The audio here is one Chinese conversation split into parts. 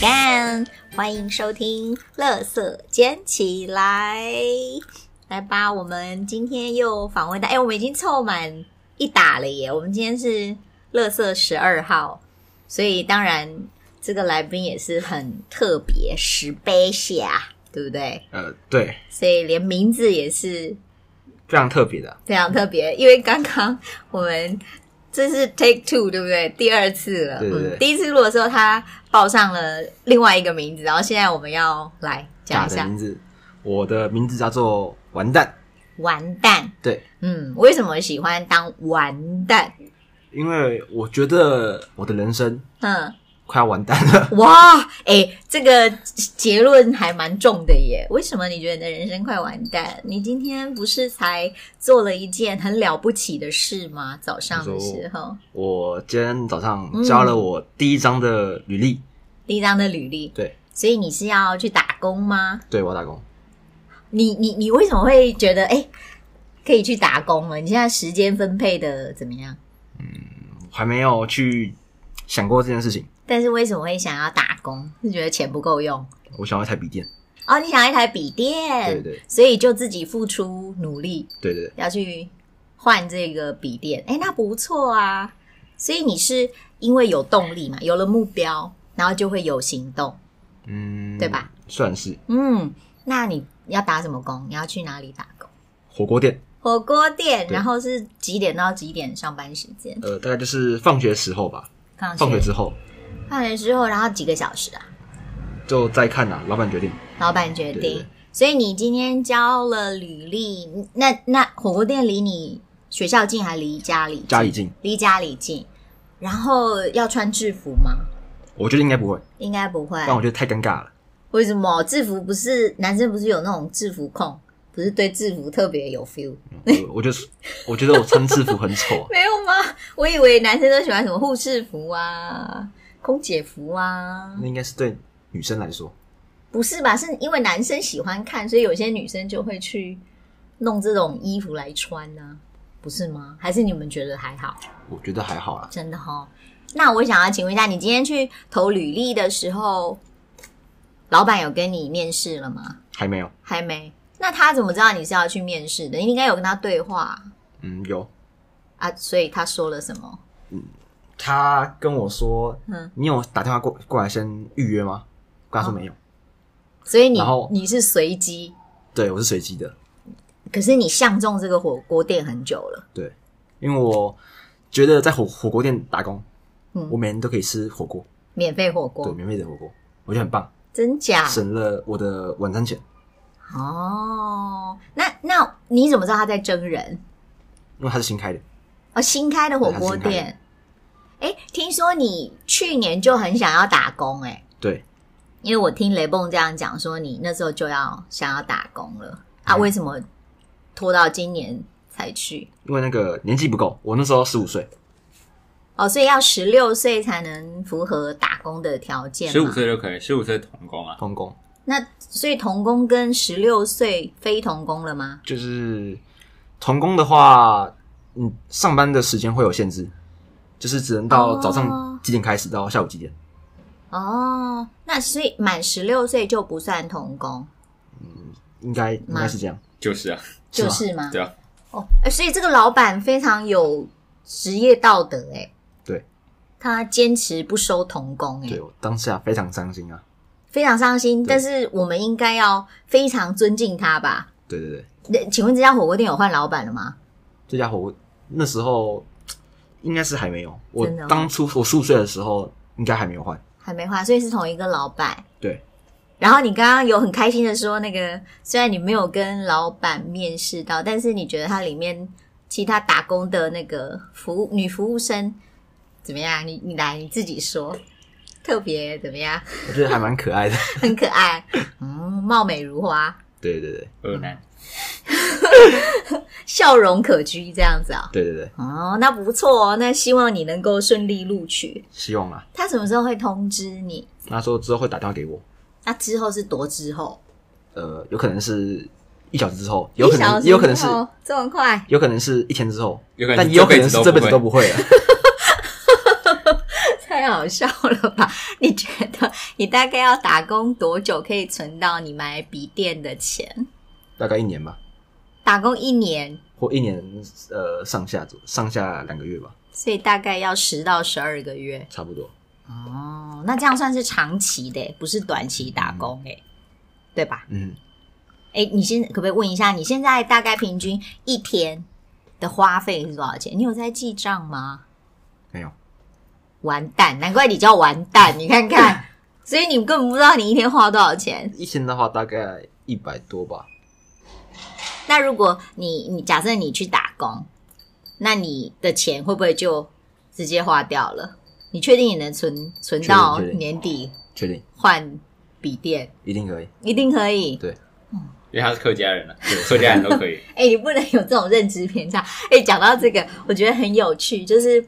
干！欢迎收听《乐色捡起来》，来吧，我们今天又访问到，哎，我们已经凑满一打了耶！我们今天是乐色十二号，所以当然这个来宾也是很特别，十杯下，对不对？呃，对，所以连名字也是非常特别的，非常特别，因为刚刚我们这是 take two，对不对？第二次了，对对对嗯，第一次录的时候他报上了另外一个名字，然后现在我们要来讲假一的下名字。我的名字叫做完蛋，完蛋。对，嗯，为什么喜欢当完蛋？因为我觉得我的人生嗯，快要完蛋了。 哇，哎、这个结论还蛮重的耶。为什么你觉得你的人生快完蛋？你今天不是才做了一件很了不起的事吗？早上的时候，我今天早上交了我第一张的履历，第一张的履历，对，所以你是要去打工吗？对我要打工。你你你为什么会觉得哎、诶可以去打工了？你现在时间分配的怎么样？还没有去想过这件事情，但是为什么会想要打工？是觉得钱不够用我想要一台笔电。哦？你想要一台笔电，对对所以就自己付出努力对对对，要去换这个笔电。哎、那不错啊。所以你是因为有动力嘛，有了目标，然后就会有行动，嗯，对吧？算是嗯。那你要打什么工？你要去哪里打工？火锅店，火锅店，对然后是几点到几点上班时间？呃，大概就是放学时候吧。放学放学之后放学之后，然后几个小时啊？就再看啦、啊老板决定。老板决定。对对所以你今天交了履历，那那火锅店离你学校近还离家里近？家里近，离家里近。然后要穿制服吗？我觉得应该不会，应该不会。但我觉得太尴尬了。为什么制服不是男生不是有那种制服控，不是对制服特别有 feel？呃我我就是我觉得我穿制服很丑啊， 没有吗？我以为男生都喜欢什么护士服啊、空姐服啊。那应该是对女生来说，不是吧？是因为男生喜欢看，所以有些女生就会去弄这种衣服来穿呢、不是吗？还是你们觉得还好？我觉得还好啦。真的哈、那我想要请问一下，你今天去投履历的时候，老板有跟你面试了吗？还没有，还没。那他怎么知道你是要去面试的？你应该有跟他对话嗯，有。啊，所以他说了什么？他跟我说，嗯你有打电话过过来先预约吗？我哦跟他说没有，所以你然后你是随机，对我是随机的，可是你相中这个火锅店很久了。对，因为我觉得在火火锅店打工，嗯我每天都可以吃火锅，免费火对，锅，啊免费的火锅，我觉得很棒，真假？省了我的晚餐钱，哦，那那你怎么知道他在真人？因为它是新开的，哦，新开的火锅对他新开店。哎，听说你去年就很想要打工哎、诶对，因为我听雷蹦这样讲说，你那时候就要想要打工了啊？嗯为什么拖到今年才去？因为那个年纪不够，我那时候十五岁，哦，所以要十六岁才能符合打工的条件。十五。岁就可以，十五岁童工哦啊，童工那所以童工跟十六岁非童工了吗？就是童工的话，嗯，上班的时间会有限制，就是只能到早哦上几点开始到下午几点，哦，那所以满十六岁就不算童工，应该应该是这样，就是啊，是就吗是吗？对啊，哦，哎所以这个老板非常有职业道德哎、对，他坚持不收童工哎、对我当下非常伤心啊，非常伤心。对但是我们应该要非常尊敬他吧？对对对，那请问这家火锅店有换老板了吗？这家伙我那时候应该是还没有，我真的吗当初我十五岁的时候应该还没有换，还没换，所以是同一个老板。对，然后你刚刚有很开心的说，那个虽然你没有跟老板面试到，但是你觉得他里面其他打工的那个服务女服务生怎么样？你你来你自己说，特别怎么样？我觉得还蛮可爱的， 很可爱，嗯，貌美如花，对对对二嗯男笑容可掬这样子啊、对对对，哦，那不错哦，那希望你能够顺利录取。希望啊啦，他什么时候会通知你？他说之后会打电话给我，那之后是多之后？呃，有可能是一小时之后，有可一小能时也有可能是之。后这么快？有可能是一天之后，有可能但是也有可能这辈子是都这辈子不会都不会了。太好笑了吧？你觉得你大概要打工多久可以存到你买笔电的钱？ 大概一年吧，打工一年，或一年呃上下左上下两个月吧，所以大概要十到十二个月。差不多。哦，那这样算是长期的，不是短期打工哎，对吧？嗯，哎，你现在可不可以问一下，你现在大概平均一天的花费是多少钱？你有在记账吗？没有，完蛋，难怪你叫完蛋，你看 看，所以你根本不知道你一天花多少钱。一天的话大概一百多吧，那如果你你假设你去打工，那你的钱会不会就直接花掉了？你确定你能存存到确定确定年底确定换笔电？一定可以。一定可以。对，因为他是客家人了、客家人都 可以。哎、你不能有这种认知偏差。哎、讲到这个，我觉得很有趣，就是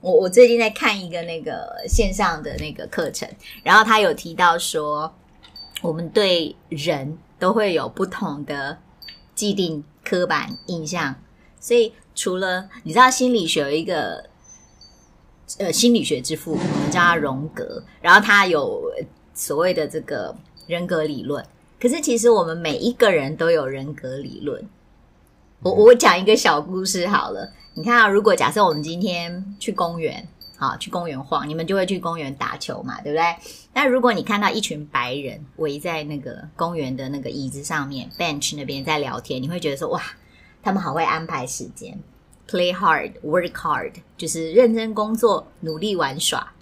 我我最近在看一个那个线上的那个课程，然后他有提到说，我们对人都会有不同的既定刻板印象，所以除了你知道心理学有一个。呃，心理学之父，我们叫他荣格，然后他有所谓的这个人格理论。可是其实我们每一个人都有人格理论，我我讲一个小故事好了。你看、啊，如果假设我们今天去公园，好去公园晃，你们就会去公园打球嘛，对不对？那如果你看到一群白人围在那个公园的那个椅子上面 bench 那边在聊天，你会觉得说哇，他们好会安排时间，play hard, work hard，就是认真工作，努力玩耍。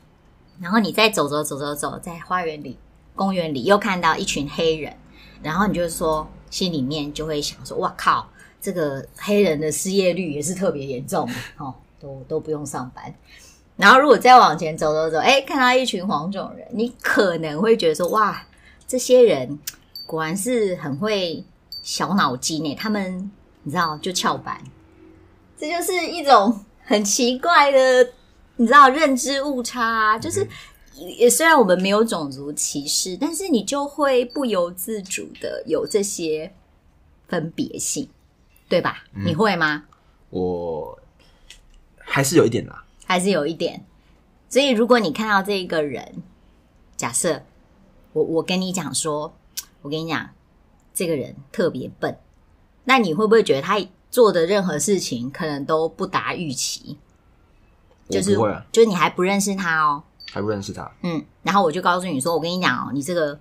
然后你再走走走走走，在花园里、公园里又看到一群黑人，然后你就说心里面就会想说，哇靠，这个黑人的失业率也是特别严重 哦，都都不用上班。然后如果再往前走走走，哎，看到一群黄种人，你可能会觉得说，哇，这些人果然是很会小脑筋呢，他们你知道就翘班，这就是一种很奇怪的，你知道认知误差、啊，就是。也虽然我们没有种族歧视，但是你就会不由自主的有这些分别性，对吧？嗯你会吗？我还是有一点啦，还是有一点？所以如果你看到这一个人，假设我我跟你讲说，我跟你讲，这个人特别笨，那你会不会觉得他做的任何事情可能都不达预期？我就是不会啊，就是你还不认识他哦，还不认识他。嗯，然后我就告诉你说，我跟你讲哦，你这个，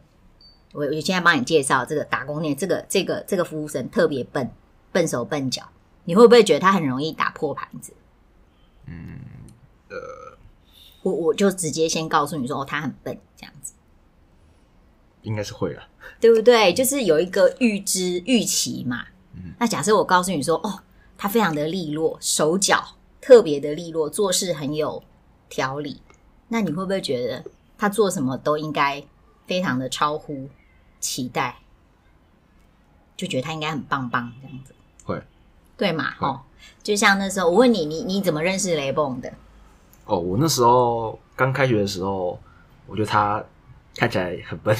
我我现在帮你介绍这个打工店，这个这个这个服务生特别笨，笨手笨脚，你会不会觉得他很容易打破盘子？嗯，呃，我我就直接先告诉你说，哦，他很笨，这样子，应该是会了，对不对？就是有一个预知预期嘛。那假设我告诉你说，哦，他非常的利落，手脚特别的利落，做事很有条理，那你会不会觉得他做什么都应该非常的超乎期待，就觉得他应该很棒棒这样子？会对嘛？会哦，就像那时候我问你，你你怎么认识雷蹦的？哦。我那时候刚开学的时候，我觉得他看起来很笨，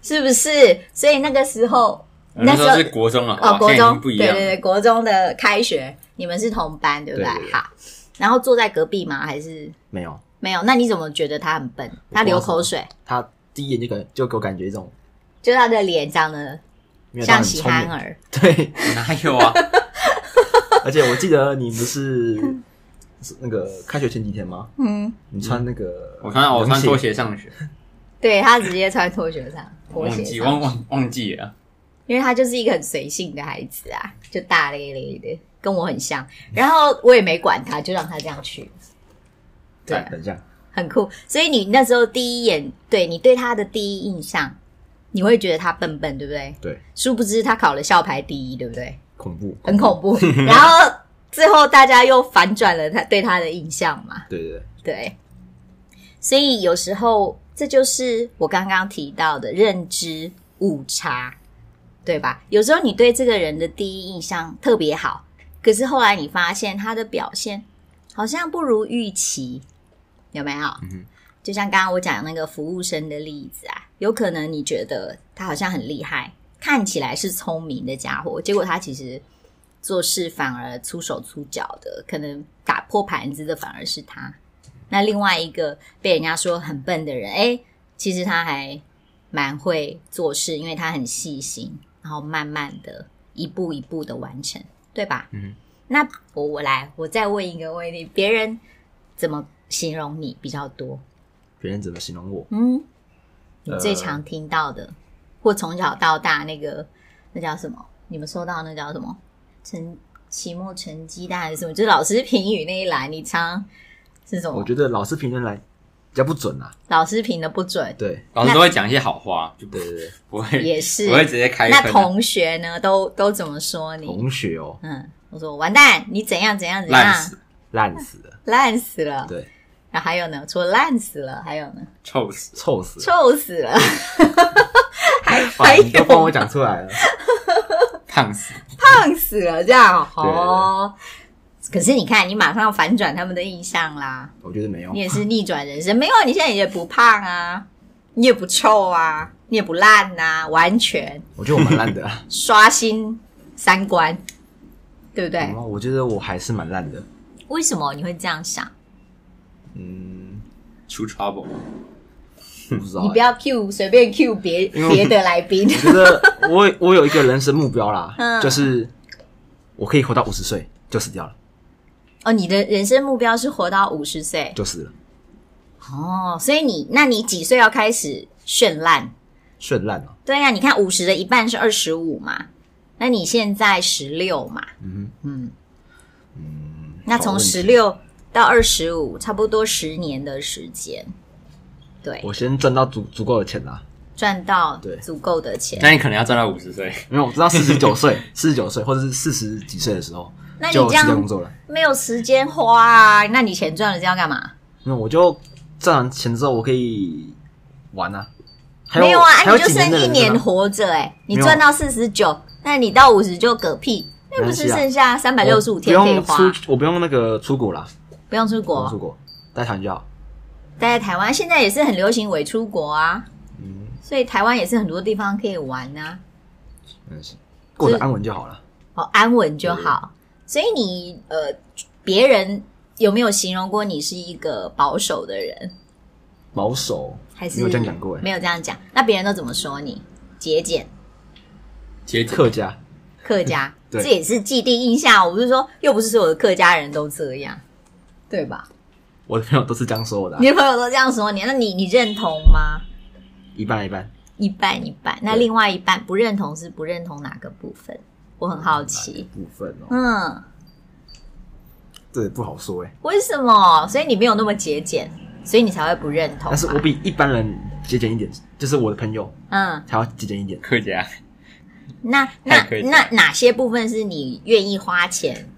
是不是？所以那个时候，那嗯那时时候候是国中了，啊哦，哇国现在已中经不一对样对了。对，国中的开学，你们是同班对不对？对对对好，然后坐在隔壁吗？还是没有没有？那你怎么觉得他很笨？他流口水，他第一眼就感就给我感觉一种就他的脸长得没有到像很喜聪憨明。儿， 对， 哪有啊？ 而且我记得你不是是那个开学前几天吗？嗯，你穿那个嗯我穿我穿拖拖鞋，鞋上学，对他直接穿拖鞋上拖忘鞋记上忘忘忘记了。因为他就是一个很随性的孩子啊，就大咧咧的，跟我很像。然后我也没管他，就让他这样去，对哎等一下，很酷。所以你那时候第一眼对你对他的第一印象，你会觉得他笨笨，对不对？对，殊不知他考了校排第一，对不对？恐怖，很恐怖。然后最后大家又反转了他对他的印象嘛，对对对，对。所以有时候这就是我刚刚提到的认知误差，对吧？有时候你对这个人的第一印象特别好，可是后来你发现他的表现好像不如预期，有没有？哼就像刚刚我讲那个服务生的例子啊，有可能你觉得他好像很厉害，看起来是聪明的家伙，结果他其实做事反而粗手粗脚的，可能打破盘子的反而是他。那另外一个被人家说很笨的人，哎，其实他还蛮会做事，因为他很细心，然后慢慢的一步一步的完成，对吧？嗯，那我我来，我再问一个问题，别人怎么形容你比较多？别人怎么形容我？嗯，你呃最常听到的，或从小到大那个那叫什么？你们收到那叫什么？成期末成绩单还是什么？就是老师评语那一栏，你常是什我么？觉得老师评论来比较不准啊。老师评的不准，对老师都会讲一些好话，就不对对对，不 会也是不。会直接开那喷啊。同学呢，都都怎么说你？同学哦，嗯，我说完蛋，你怎样怎样怎烂样，死，烂死了，烂死了。对，然后还有呢，除了烂死了，还有呢，臭死！臭死了，臭死了， 还哇还你都有帮我讲出来了。胖死，胖死了，这样对对对哦。可是你看，你马上反转他们的印象啦，我觉得没有你，也是逆转人生。没有，你现在也不胖啊，你也不臭啊，你也不烂呐、完全我觉得我蛮烂的啊。刷新三观，对不 对？嗯我觉得我还是蛮烂的。为什么你会这样想？嗯，出 trouble。我不知道你不欸、要 Q 随便 Q 别因为别的来 宾，我觉得我我有一个人生目标啦，嗯就是我可以活到五十岁就死掉了，哦，你的人生目标是活到五十岁就死了，哦，所以你那你几岁要开始绚烂？绚烂哦了。对呀、你看五十的一半是二十五嘛，那你现在十六嘛，嗯嗯，嗯，那好从问题十，六到二十五，差不多十年的时间，对，我先赚到足足够的钱啦，赚到对足够的钱。 那你可能要赚到五十岁，因为我知道四十 九岁、四十九岁或者是四十几岁的时候那你就有这辞掉工样作了，没有时间花啊？那你钱赚了，这要干嘛？那我就赚完钱之后我可以玩啊。还没有啊，还啊有你就几剩的一人年生啊活着哎、你没有啊赚到四十九，那你到五十就嗝屁，那不是没关系啊剩下三百六十五天可我不以用花，出，我不用那个出国啦，不用出不用出国，国，待团就好。待在台湾现在也是很流行伪出国啊，嗯，所以台湾也是很多地方可以玩啊。没关系，过得安稳就好了。哦，安稳就好。所以你呃，别人有没有形容过你是一个保守的人？保守还是没有这样讲过哎，没有这样讲。那别人都怎么说你？节俭、节客家客家， 对这也是既定印象。我不是说，又不是所有的客家人都这样，对吧？我的朋友都是这样说我的啊、你的朋友都这样说你，那你你认同吗？一半一半。一半一半。那对另外一半不认同是不认同哪个部分？我很好奇。部分哦，嗯，这也不好说哎。为什么？所以你没有那么节俭，所以你才会不认同吧。但是我比一般人节俭一点，就是我的朋友嗯，还要节俭一点。客家哎那那太可以那哪些部分是你愿意花钱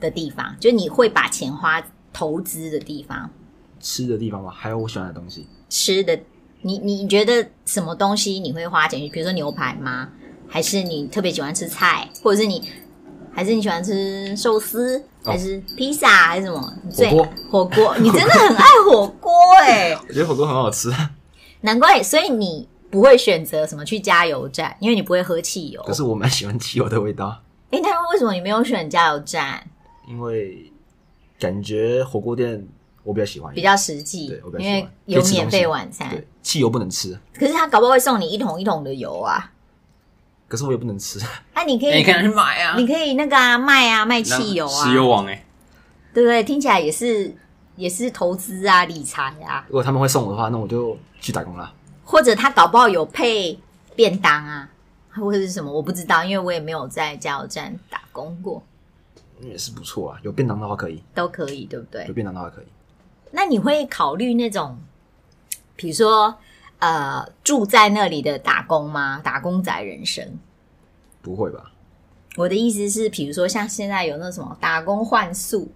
的地方？就你会把钱花投资的地方，吃的地方嘛，还有我喜欢的东西，吃的，你你觉得什么东西你会花钱去？比如说牛排吗？还是你特别喜欢吃菜，或者是你还是你喜欢吃寿司，哦还是披萨，还是什么？你最火锅火 锅，你真的很爱火锅哎、我觉得火锅很好吃，哦难怪，所以你不会选择什么去加油站，因为你不会喝汽油可。是我蛮喜欢汽油的味道，哎，那为什么你没有选加油站？因为感觉火锅店我比较喜欢一比点，较实际对我，比较因喜为欢有可以吃免东费西晚餐。对汽油不能吃，可是他搞不好会送你一桶一桶的油啊！可是我也不能吃， 啊，你可哎以，你可能去买啊，你可以那个啊，卖啊，卖那汽油啊，石油王哎，对不对？听起来也是也是投资啊，理财啊，如果他们会送我的话，那我就去打工啦。或者他搞不好有配便当啊，或者是什么，我不知道，因为我也没有在加油站打工过，那也是不错啊，有便当的话可以，都可以，对不对有？便当的话可以。那你会考虑那种，比如说呃，住在那里的打工吗？打工仔人生？不会吧？我的意思是，比如说像现在有那什么打工换宿，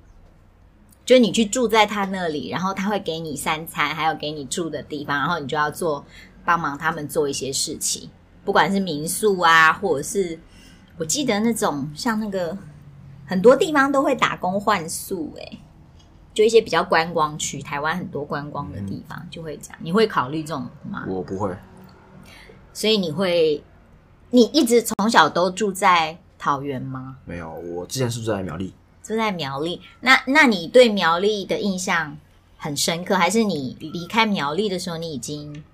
就是你去住在他那里，然后他会给你三餐，还有给你住的地方，然后你就要做帮忙他们做一些事情，不管是民宿啊，或者是我记得那种像那个很多地方都会打工换宿、欸，就一些比较观光区，台湾很多观光的地方就会这样。你会考虑这种吗？我不会，所以你会，你一直从小都住在桃园吗？没有。我之前是住在苗栗，住在苗栗，那那你对苗栗的印象很深刻，还是你离开苗栗的时候，你已经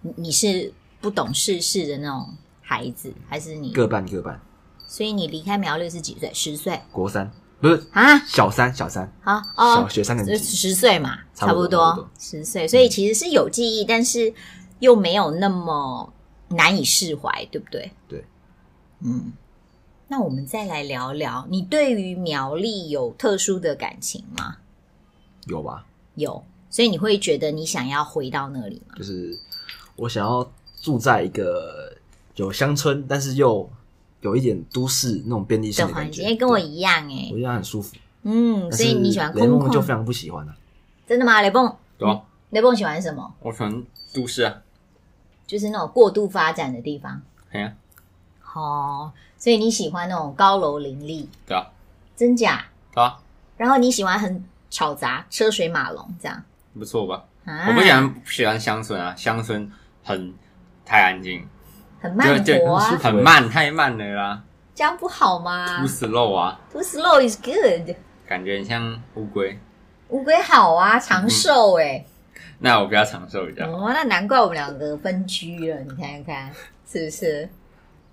你你是不懂世事的那种孩子，还是你？各半各半，所以你离开苗栗是几岁？十岁国三不是啊？小三，小三，好小哦，学三就年级，十岁嘛，差差不不多差不多多嗯十岁，所以其实是有记忆，但是又没有那么难以释怀，对不对？对，嗯。那我们再来聊聊，你对于苗栗有特殊的感情吗？有吧？有，所以你会觉得你想要回到那里吗？就是我想要住在一个有乡村，但是又有一点都市那种便利性的的感环觉，境，哎，跟我对一样哎我，觉得很舒服。嗯，但所以是你喜欢空雷梦就非旷，常不 喜欢啊，真的吗？雷梦，对啊，雷梦喜欢什么？我喜欢都市啊，就是那种过度发展的地方，哎呀，哦，所以你喜欢那种高楼林立，对啊，真假？对啊，然后你喜欢很吵杂、车水马龙这样不错吧？啊？我不喜欢不喜欢乡村啊，乡村很太安静，很慢就活啊舒，服很慢，太慢了啦这样不好吗，too slow 啊， ？Too slow is good。感觉很像乌龟。乌龟好啊，嗯长寿哎、那我比较长寿一啊点，哦，那难怪我们两个分居了，你看看是不是？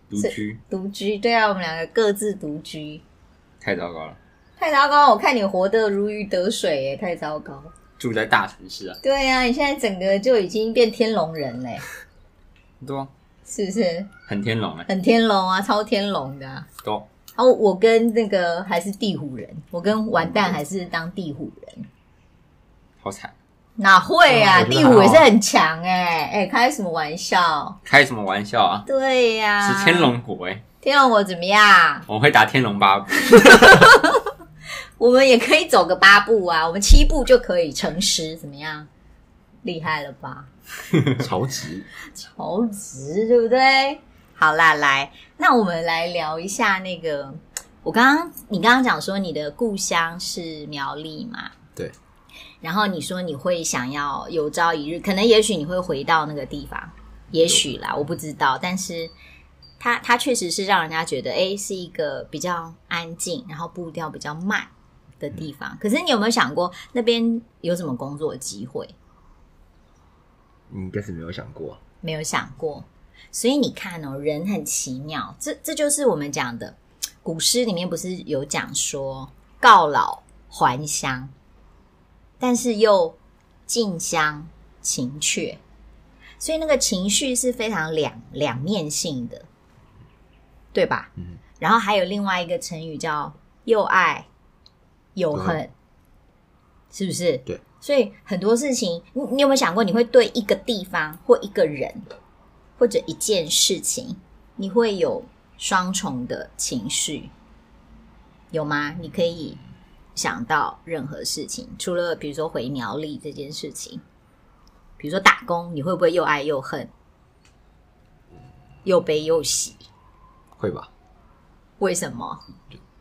独居独居，对啊，我们两个各自独居，太糟糕了，太糟糕了！我看你活得如鱼得水，哎，太糟糕。住在大城市啊，对啊，你现在整个就已经变天龙人嘞，对啊，是不是？很天龙哎、很天龙啊，超天龙的、啊。对啊，然后我跟那个还是地虎人，我跟完嗯蛋还是当地虎人，好惨，哪会啊？哦我觉得地还好虎也是很强哎、哎、开什么玩笑？开什么玩笑啊？对呀、是天，龙国哎、天龙我怎么样？我会打天龙八部，我们也可以走个八步啊，我们七步就可以成诗，怎么样？厉害了吧？超级超值，对不对？好啦，来，那我们来聊一下那个，我刚刚你刚刚讲说你的故乡是苗栗嘛？对。然后你说你会想要有朝一日，可能也许你会回到那个地方，也许啦，我不知道。但是它它确实是让人家觉得，哎，是一个比较安静，然后步调比较慢的地方。可是你有没有想过那边有什么工作机会？你应该是没有想过啊、没有想过。所以你看哦，人很奇妙，这这就是我们讲的古诗里面不是有讲说告老还乡，但是又近乡情怯，所以那个情绪是非常两两面性的，对吧？嗯，然后还有另外一个成语叫又爱又恨，是不是？对。所以很多事情，你你有没有想过，你会对一个地方或一个人或者一件事情，你会有双重的情绪，有吗？你可以想到任何事情，除了比如说回苗栗这件事情，比如说打工，你会不会又爱又恨，又悲又喜？会吧？为什么？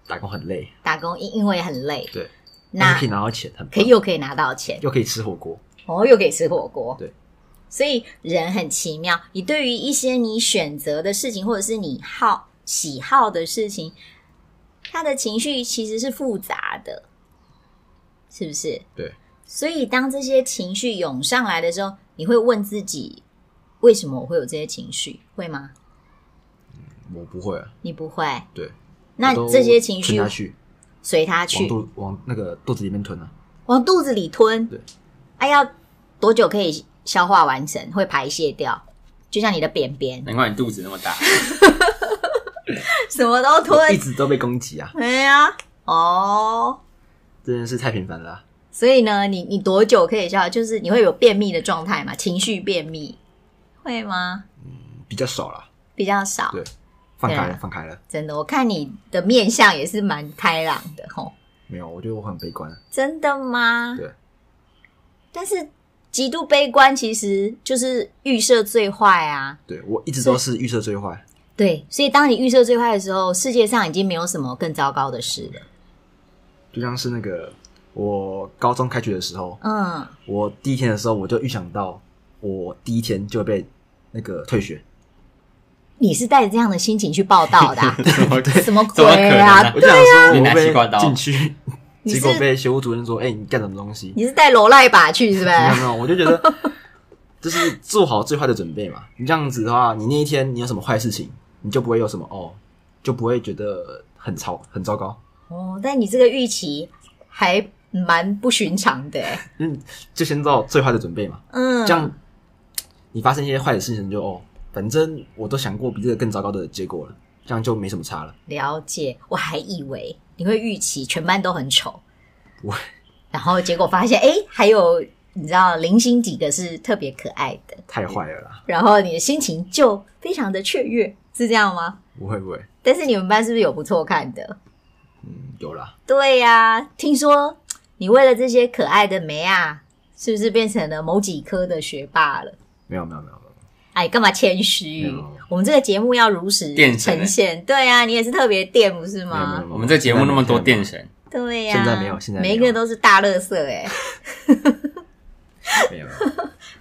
打工很累，打工因因为很累，对，但那是可以拿到钱，很棒可以又可以拿到钱，又可以吃火锅，哦，又可以吃火锅，对，所以人很奇妙。你对于一些你选择的事情，或者是你好喜好的事情，他的情绪其实是复杂的，是不是？对。所以当这些情绪涌上来的时候，你会问自己，为什么我会有这些情绪？会吗？我不会啊，你不会。对。那我都这些情绪吞下去，随他往去，肚往那个肚子里面吞啊，往肚子里吞。对，哎、要多久可以消化完成？会排泄掉，就像你的便便，哎难怪你肚子那么大。什么都我一吞。直都被攻击啊，哎呀，哦，这件事太频繁了啊、所以呢，你你多久可以消化？就是你会有便秘的状态嘛？情绪便秘会吗？比较少啦，比较少，对放开对了，啊放开了，真的。我看你的面相也是蛮开朗的吼，没有，我觉得我很悲观啊，真的吗？对，但是极度悲观其实就是预设最坏啊。对我一直都是预测最坏，对，所以当你预设最坏的时候，世界上已经没有什么更糟糕的事了。就像是那个我高中开学的时候，嗯，我第一天的时候我就预想到我第一天就被那个退学，你是带着这样的心情去报道的啊、对，什么怎么鬼可能啊啊？我就想说你拿我 被西瓜刀禁区，你结果是被学务主任说：“哎、你干什么东西？” 你是带罗赖把去是不没有是？没有，我就觉得就是做好最坏的准备嘛。你这样子的话，你那一天你有什么坏事情，你就不会有什么哦，就不会觉得很糟很糟糕。哦，但你这个预期还蛮不寻常的欸，嗯，就先做好最坏的准备嘛。嗯，这样你发生一些坏的事情就，哦，反正我都想过比这个更糟糕的结果了，这样就没什么差了。了解。我还以为你会预期全班都很丑，不会，然后结果发现，哎，还有你知道零星几个是特别可爱的，太坏了啦，然后你的心情就非常的雀跃，是这样吗？不会不会，但是你们班是不是有不错看的？嗯，有啦，对呀、听说你为了这些可爱的梅啊，是不是变成了某几科的学霸了？没有没有没有没有，哎，干嘛谦虚没有？我们这个节目要如实电神欸呈现，对啊，你也是特别电不是没有没有吗没？有我们这节目那么多电神，对呀、现在没有现在没每有一个都是大乐色哎，没有，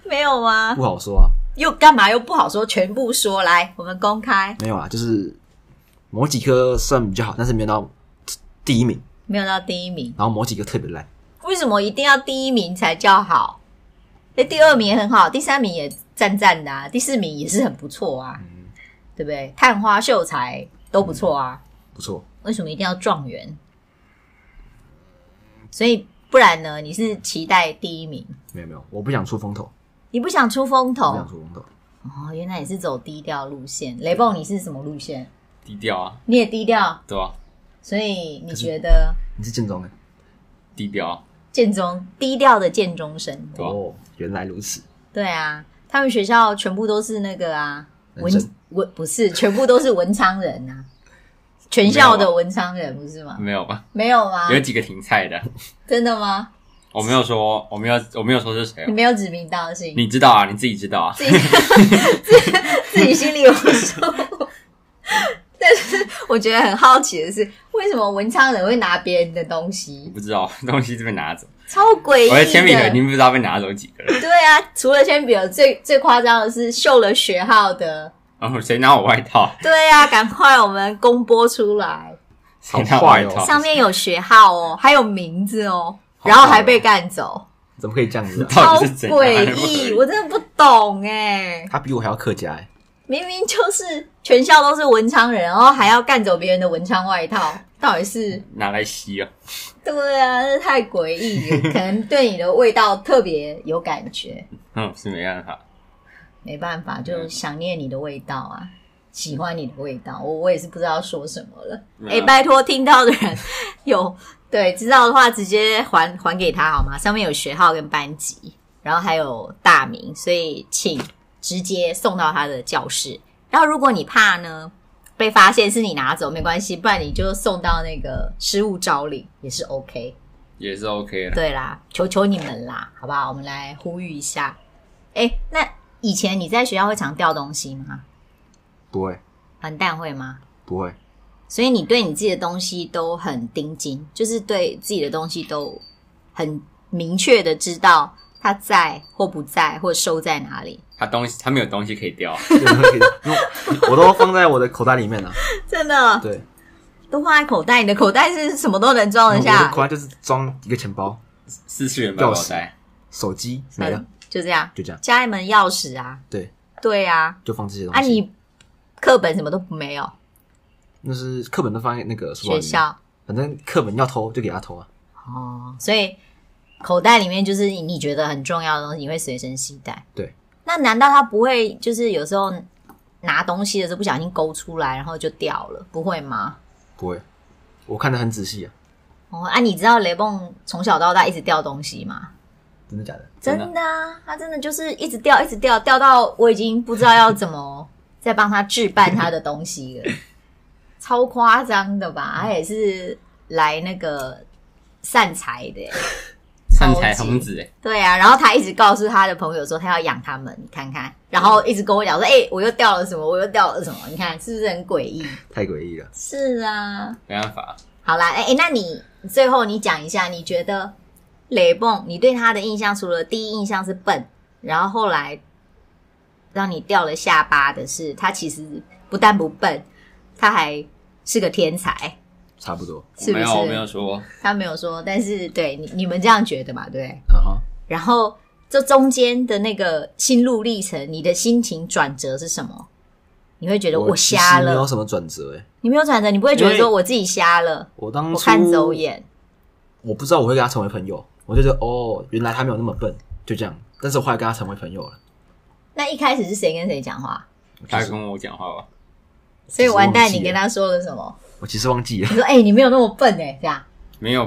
没有吗不？好说啊，又干嘛又不好说，全部说来，我们公开，没有啦，就是某几科算比较好，但是没有到第一名，没有到第一名，然后某几个特别烂，为什么一定要第一名才叫好？哎，第二名也很好，第三名也赞赞的、啊，第四名也是很不错啊。嗯，对不对？探花秀才都不错啊，不错，为什么一定要状元？所以不然呢？你是期待第一名，没有没有，我不想出风头，你不想出风头不想出风头，哦？原来你是走低调路线。雷梦，你是什么路线？低调啊，你也低调，对吧？所以你觉得你是建中的低调啊，建中低调的建中生？对吧？啊哦，原来如此，对啊，他们学校全部都是那个啊，文文生文不是，全部都是文昌人 啊，全校啊的文昌人不是吗？没有吧？没有吗？有几个停菜的，真的吗？我没有说，我没有，我没有说是谁你哦，没有指名道姓？你知道啊，你自己知道啊自。己 自己自己心里有数。 但是我觉得很好奇的是，为什么文昌人会拿别人的东我西？不知道 东西就被拿走，超诡异我的铅笔盒已哎的。经不知道被拿走几个了。 对啊，除了铅笔盒，最最夸张的是秀了学号的。然后谁拿我外套？对啊，赶快我们公播出来，谁拿我外好坏套？上面有学号哦，还有名字哦，好然后还被干走，怎么可以这样 子啊？超 到底是怎样诡异，我真的不懂哎、他比我还要客家、欸，明明就是全校都是文昌人，然后还要干走别人的文昌外套，到底是 拿来吸啊！对啊，这太诡异 了，可能对你的味道特别有感觉，嗯，是没办法，没办法，就想念你的味道啊，喜欢你的味道，我我也是不知道说什么了。哎、没有拜托，听到的人有 对知道的话，直接还还给他好吗？上面有学号跟班级，然后还有大名，所以请直接送到他的教室。然后如果你怕呢被发现是你拿走，没关系，不然你就送到那个失物招领也是 OK。也是 OK 的。对啦，求求你们啦，好不好？我们来呼吁一下。哎，那以前你在学校会常掉东西吗？不会完蛋会吗？不会，所以你对你自己的东西都很盯紧，就是对自己的东西都很明确的知道它在或不在，或收在哪里。他东西，他没有东西可以掉啊，有人可以因为 我我都放在我的口袋里面了、 真的对，都放在口袋，你的口袋是什么都能 我装得的下口，袋就是装一个钱包、四次元包包钥匙袋，手机没了嗯，，就这样。就这样，家里门钥匙啊，对，对啊，就放这些东西。啊你课本什么都没有，那是课本都放在那个书学包里面，校反正课本要偷就给他偷啊，哦，所以口袋里面就是你觉得很重要的东西，你会随身携带。对。那难道他不会就是有时候拿东西的时候不小心勾出来，然后就掉了，不会吗？不会，我看的很仔细啊，哦，啊，你知道雷梦从小到大一直掉东西吗？真的假的？真真的的啊，他真的就是一直掉，一直掉，掉到我已经不知道要怎么再帮他置办他的东西了，超夸张的吧？他也是来那个散财的耶。欸善财超级童子，哎对啊，然后他一直告诉他的朋友说他要养他们，你看看，然后一直跟我讲说，哎、我又掉了什么，我又掉了什么，你看是不是很诡异？太诡异了。是啊，没办法，好啦，哎、哎那你最后你讲一下，你觉得雷梦，你对他的印象，除了第一印象是笨，然后后来让你掉了下巴的是，他其实不但不笨，他还是个天才，差不多。是不没是？有没有说，他没有说，但是对你你们这样觉得嘛，对不对？嗯哼，然后这中间的那个心路历程，你的心情转折是什么？你会觉得我其瞎实没有了，什么转折诶、你没有转折，你不会觉得因为说我自己瞎了，我当初我看走，眼。我不知道我会跟他成为朋友，我就觉得哦，原来他没有那么笨，就这样。但是我后来跟他成为朋友了，那一开始是谁跟谁讲话？他跟我讲话吧，所以完蛋，其实忘记了你跟他说了什么？我其实忘记了。你说：“哎、你没有那么笨哎、这样，没有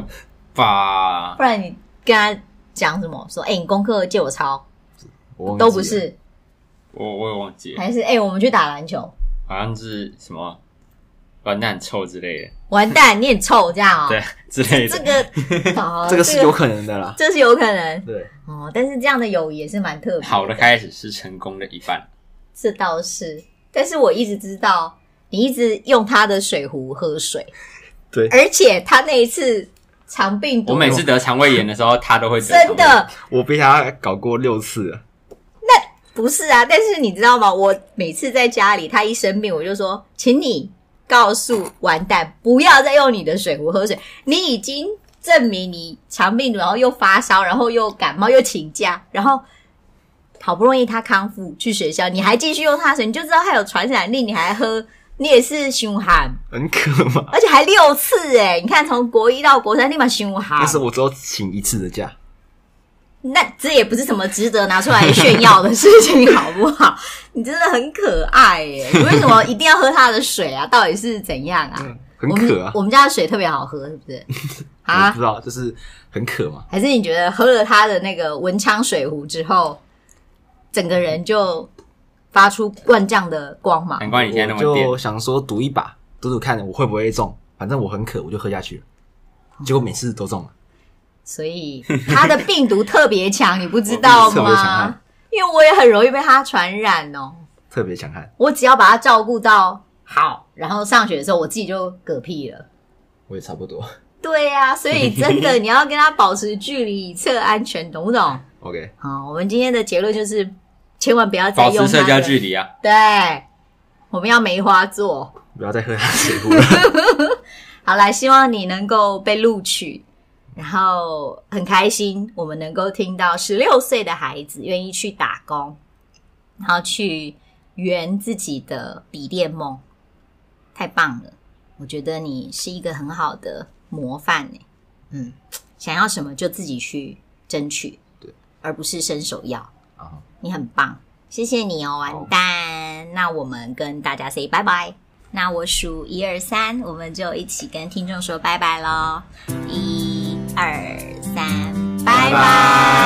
吧不？然你跟他讲什么？说：哎、你功课借我抄，我忘记了都不，是，我我也忘记了，还是哎、我们去打篮球，好像是什么完蛋臭之类的，完蛋，你很臭这样哦、对之类这的。 个，哦这个是有可能的啦。这是有可能对，哦，但是这样的友谊也是蛮特别。好的，开始是成功的一半，这倒是，但是我一直知道你一直用他的水壶喝水，对而且他那一次肠病毒，我每次得肠胃炎的时候，他都会得肠胃真炎。的我被他搞过六次了。不是啊。但是你知道吗？我每次在家里，他一生病，我就说，请你告诉完蛋，不要再用你的水壶喝水，你已经。证明你肠病毒，然后又发烧，然后又感冒，又请假，然后好不容易他康复去学校，你还继续用他的水，你就知道他有传染力，你还喝，你也是凶悍。很可怕。而且还六次哎！你看，从国一到国三，立马凶哈啊但。是我只有请一次的假，那这也不是什么值得拿出来炫耀的事情，好不好？ 你真的很可爱耶！你为什么一定要喝他的水 啊？到底是怎样啊？很渴啊我们。我们家的水特别好喝，是 不是？我啊不？知道，就是很渴嘛。还是你觉得喝了他的那个文昌水壶之后，整个人就发出万丈的光芒？嗯难怪你现在我那么就电，想说赌一把，赌赌看我会不会中。反正我很渴，我就喝下去了。结果每次都中了。所以他的病毒特别强，你不知道 我特别强悍吗？因为我也很容易被他传染哦。特别强悍，我只要把它照顾到好，然后上学的时候我自己就嗝屁了。我也差不多。对呀、所以真的你要跟它保持距离，以测安全，懂不懂？ OK，好，我们今天的结论就是，千万不要再保用持社它交的距离啊。对，我们要梅花座。不要再喝他的水 壶了。好啦，希望你能够被录取，然后很开心，我们能够听到十六岁的孩子愿意去打工，然后去圆自己的笔电梦，太棒了！我觉得你是一个很好的模范呢、嗯，想要什么就自己去争取，对，而不是伸手要。啊你很棒，谢谢你哦，完蛋。那我们跟大家 say 拜拜。那我数一二三，我们就一起跟听众说拜拜喽。一二三，拜拜拜